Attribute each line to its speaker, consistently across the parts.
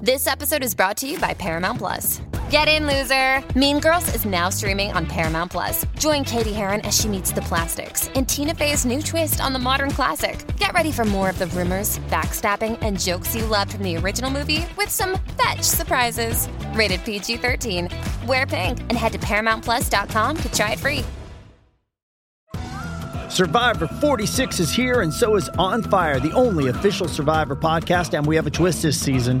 Speaker 1: This episode is brought to you by Paramount Plus. Get in, loser! Mean Girls is now streaming on Paramount Plus. Join Katie Heron as she meets the plastics in Tina Fey's new twist on the modern classic. Get ready for more of the rumors, backstabbing, and jokes you loved from the original movie with some fetch surprises. Rated PG 13. Wear pink and head to ParamountPlus.com to try it free.
Speaker 2: Survivor 46 is here, and so is On Fire, the only official Survivor podcast. And we have a twist this season.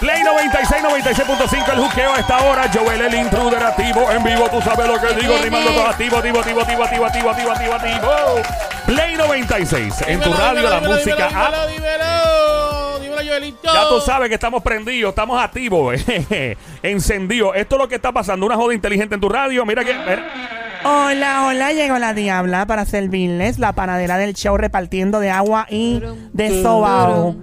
Speaker 3: Play 96, 96.5, el juqueo a esta hora. Joel, el intruder activo en vivo. Tú sabes lo que digo, rimando
Speaker 4: eh.
Speaker 3: todo activo, activo, activo, activo, activo, activo, activo, activo, activo. Play 96, en tu radio, la música app.
Speaker 4: Dímelo, dímelo, dímelo, Joelito.
Speaker 3: Ya tú sabes que estamos prendidos, estamos activos, eh, encendidos. Esto es lo que está pasando, una joda inteligente en tu radio. Mira que... eh, mira.
Speaker 5: Hola, hola, llegó la diabla para servirles la panadera del show repartiendo de agua y de sobao.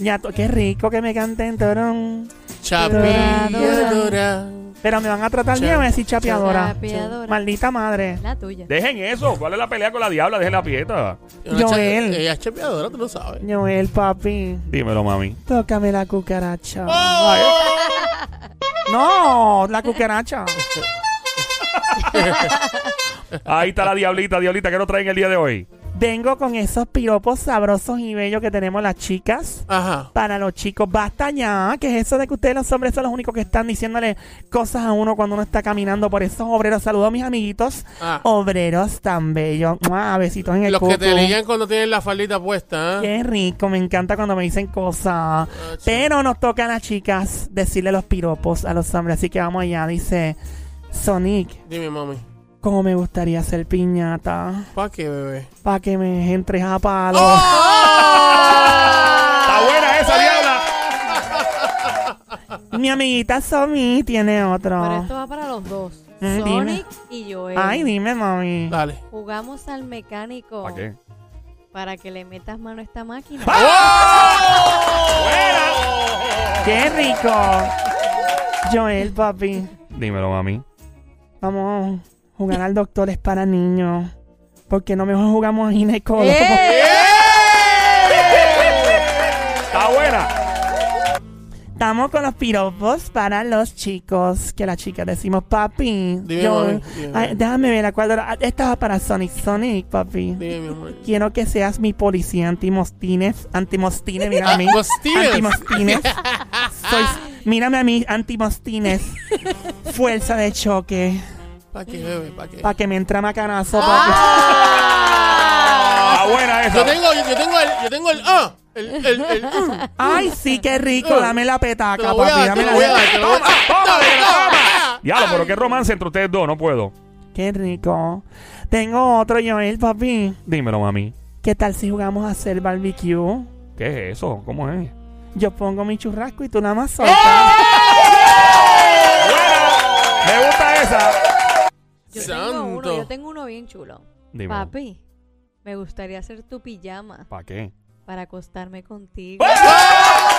Speaker 5: Ya to- qué rico que me canten, torón.
Speaker 4: Chapeadora.
Speaker 5: Pero me van a tratar bien, me van a decir chapeadora.
Speaker 6: Chapeadora.
Speaker 5: Maldita madre.
Speaker 6: La tuya.
Speaker 3: Dejen eso, ¿cuál es la pelea con la diabla? Dejen la pieta.
Speaker 4: Ella es
Speaker 5: Joel.
Speaker 4: chape- Ella es chapeadora, tú lo sabes.
Speaker 5: Noel, papi,
Speaker 3: Dímelo, mami.
Speaker 5: tócame la cucaracha. No, la cucaracha.
Speaker 3: Ahí está la diablita, diablita, ¿qué nos traen el día de hoy?
Speaker 5: Vengo con esos piropos sabrosos y bellos que tenemos las chicas.
Speaker 4: Ajá.
Speaker 5: para los chicos. Basta ya, que es eso de que ustedes los hombres son los únicos que están diciéndole cosas a uno cuando uno está caminando por esos obreros. Saludos a mis amiguitos,
Speaker 4: Ah.
Speaker 5: obreros tan bellos. ¡Mua! Besitos en el
Speaker 4: Los
Speaker 5: cucu.
Speaker 4: que te ligan cuando tienen la faldita puesta. ¿eh?
Speaker 5: Qué rico, me encanta cuando me dicen cosas.
Speaker 4: Ah, sí.
Speaker 5: Pero nos toca a las chicas decirle los piropos a los hombres. Así que vamos allá, dice Sonic.
Speaker 4: Dime, mami.
Speaker 5: Cómo me gustaría ser piñata,
Speaker 4: ¿Para qué, bebé?
Speaker 5: pa' que me entres a palo.
Speaker 4: ¡Oh!
Speaker 3: ¡Está buena esa, diabla!
Speaker 5: Mi amiguita Somi tiene otro.
Speaker 6: Pero esto va para los dos.
Speaker 5: Mm,
Speaker 6: Sonic y Joel.
Speaker 5: Ay, dime, mami.
Speaker 4: Dale.
Speaker 6: Jugamos al mecánico
Speaker 3: ¿Para qué?
Speaker 6: para que le metas mano a esta máquina.
Speaker 4: ¡Ah!
Speaker 5: ¡Qué rico! Joel, papi,
Speaker 3: Dímelo, mami.
Speaker 5: vamos a jugar al doctor es para niños. Porque no mejor jugamos a ginecólogo.
Speaker 3: ¡Está buena!
Speaker 5: Estamos con los piropos para los chicos. Que las chicas decimos, papi.
Speaker 4: Dime,
Speaker 5: yo-
Speaker 4: mami, dime,
Speaker 5: Ay,
Speaker 4: mami.
Speaker 5: déjame ver la cuadra. Ah, Esta va para Sonic. Sonic, papi.
Speaker 4: Dime, mi amor.
Speaker 5: Quiero que seas mi policía antimostines. Antimostines, mira a mí.
Speaker 4: Antimostiles.
Speaker 5: Antimostines. Soy, mírame a mí, antimostines. Fuerza de choque.
Speaker 4: ¿Para qué, bebé? ¿Para qué?
Speaker 5: Para que me entra macanazo. papi.
Speaker 4: Ah.
Speaker 3: ¡Está buena
Speaker 4: Yo
Speaker 3: esa!
Speaker 4: tengo, yo, yo tengo el, yo tengo el, ah, el, el, el, mm.
Speaker 5: Ay, sí, qué rico. Dame la
Speaker 4: te
Speaker 5: petaca,
Speaker 4: lo voy a
Speaker 5: papi.
Speaker 4: dar,
Speaker 5: Dame
Speaker 4: te lo voy a
Speaker 5: la
Speaker 4: dar, te lo voy a dar. Ah, Dale, toma.
Speaker 3: Diablo, pero qué romance entre ustedes dos, no puedo.
Speaker 5: Qué rico. Tengo otro, Joel, papi.
Speaker 3: Dímelo, mami.
Speaker 5: ¿Qué tal si jugamos a hacer barbecue?
Speaker 3: ¿Qué es eso? ¿Cómo es?
Speaker 5: Yo pongo mi churrasco y tú la mazorca.
Speaker 3: Me gusta esa.
Speaker 6: Yo tengo uno,
Speaker 4: Santo.
Speaker 6: yo tengo uno bien chulo.
Speaker 3: Dímelo.
Speaker 6: Papi, me gustaría hacer tu pijama
Speaker 3: ¿Para qué?
Speaker 6: para acostarme contigo.
Speaker 4: ¡Ah!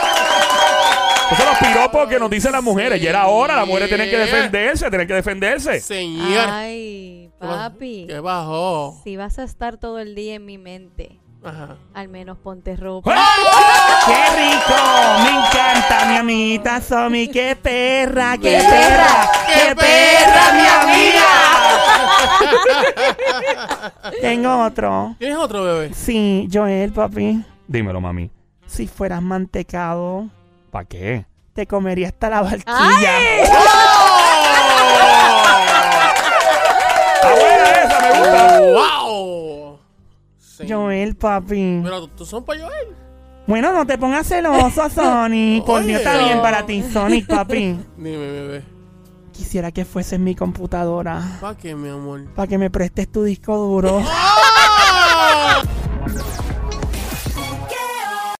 Speaker 3: Esos son los piropos que nos dicen las mujeres. Y era hora, las mujeres tienen que defenderse, tienen que defenderse.
Speaker 4: Señor.
Speaker 6: Ay, papi,
Speaker 4: ¿Qué bajó?
Speaker 6: si vas a estar todo el día en mi mente,
Speaker 4: Ajá.
Speaker 6: al menos ponte
Speaker 4: ¡Eh!
Speaker 6: ropa.
Speaker 3: ¡Ah!
Speaker 5: ¡Qué rico! Me encanta, mi amiguita Somi. ¡Qué perra, qué perra! ¡Qué perra, mi amiga! Tengo otro.
Speaker 4: ¿Tienes otro, bebé?
Speaker 5: Sí, Joel, papi.
Speaker 3: Dímelo, mami.
Speaker 5: Si fueras mantecado,
Speaker 3: ¿Para qué?
Speaker 5: te comería hasta la barquilla.
Speaker 3: ¡Está buena esa! Me gusta.
Speaker 4: ¡Wow! Sí.
Speaker 5: Joel, papi.
Speaker 4: Pero tú son para Joel.
Speaker 5: Bueno, no te pongas celoso, Sonic. Por
Speaker 4: Oye.
Speaker 5: Dios, está bien para ti, Sonic, papi.
Speaker 4: Dime, bebé.
Speaker 5: Quisiera que fueses mi computadora
Speaker 4: ¿Para qué, mi amor?
Speaker 5: para que me prestes tu disco duro.
Speaker 4: ¡Ah!